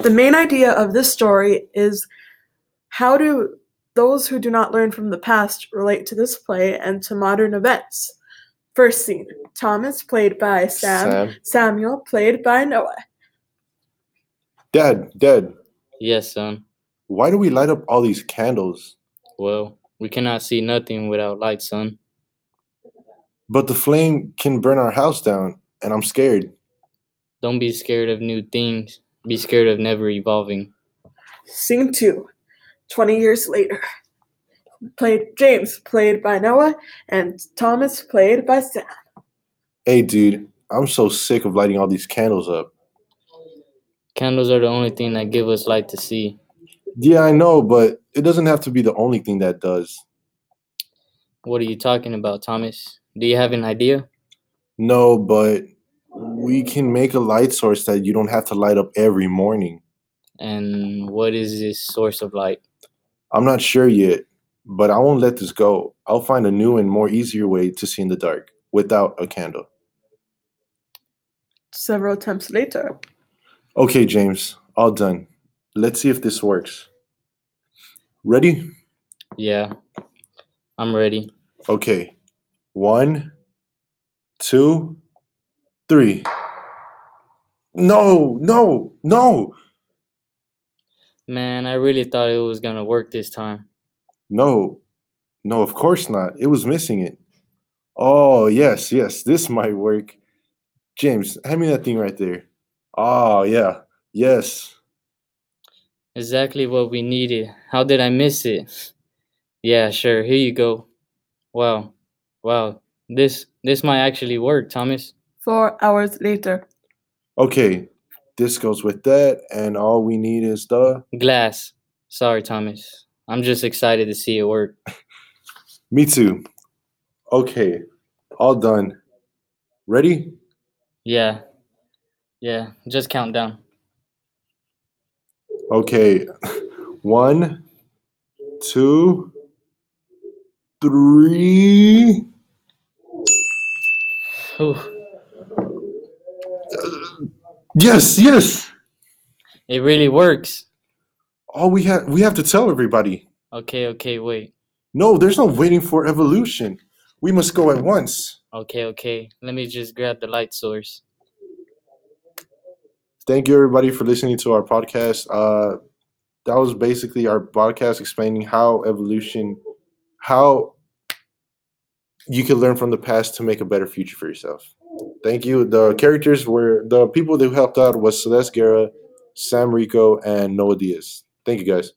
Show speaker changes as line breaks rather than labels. The main idea of this story is how do those who do not learn from the past relate to this play and to modern events? First scene Thomas, played by Sam, Samuel, played by Noah.
Dad, Dad,
Yes, son.
why do we light up all these candles?
Well, we cannot see nothing without light, son.
But the flame can burn our house down, and I'm scared.
Don't be scared of new things. Be scared of never evolving.
Scene two 20 years later. Played James, played by Noah, and Thomas, played by Sam.
Hey, dude, I'm so sick of lighting all these candles up.
Candles are the only thing that give us light to see.
Yeah, I know, but it doesn't have to be the only thing that does.
What are you talking about, Thomas? Do you have an idea?
No, but we can make a light source that you don't have to light up every morning.
And what is this source of light?
I'm not sure yet, but I won't let this go. I'll find a new and more easier way to see in the dark without a candle.
Several attempts later.
Okay, James, all done. Let's see if this works. Ready?
Yeah, I'm ready.
Okay. One, two, three. No, no, no,
Man, I really thought it was gonna work this time.
no, no, of course not. It was missing it. Oh, yes, yes, this might work. James, hand me that thing right there. Oh, yeah, yes.
Exactly what we needed. How did I miss it? Yeah, sure. Here you go. Wow. Wow. This this might actually work, Thomas.
Four hours later.
Okay, this goes with that, and all we need is the.
Glass. Sorry, Thomas. I'm just excited to see it work.
Me too. Okay, all done. Ready?
Yeah. Yeah, just count down.
Okay. One, two, three.
Whew.
Yes, yes.
It really works.
Oh, we have we have to tell everybody.
Okay, okay, wait.
No, there's no waiting for evolution. We must go at once.
Okay, okay. Let me just grab the light source.
Thank you everybody for listening to our podcast. Uh that was basically our podcast explaining how evolution how you can learn from the past to make a better future for yourself. Thank you. The characters were the people that helped out was Celeste Guerra, Sam Rico, and Noah Diaz. Thank you guys.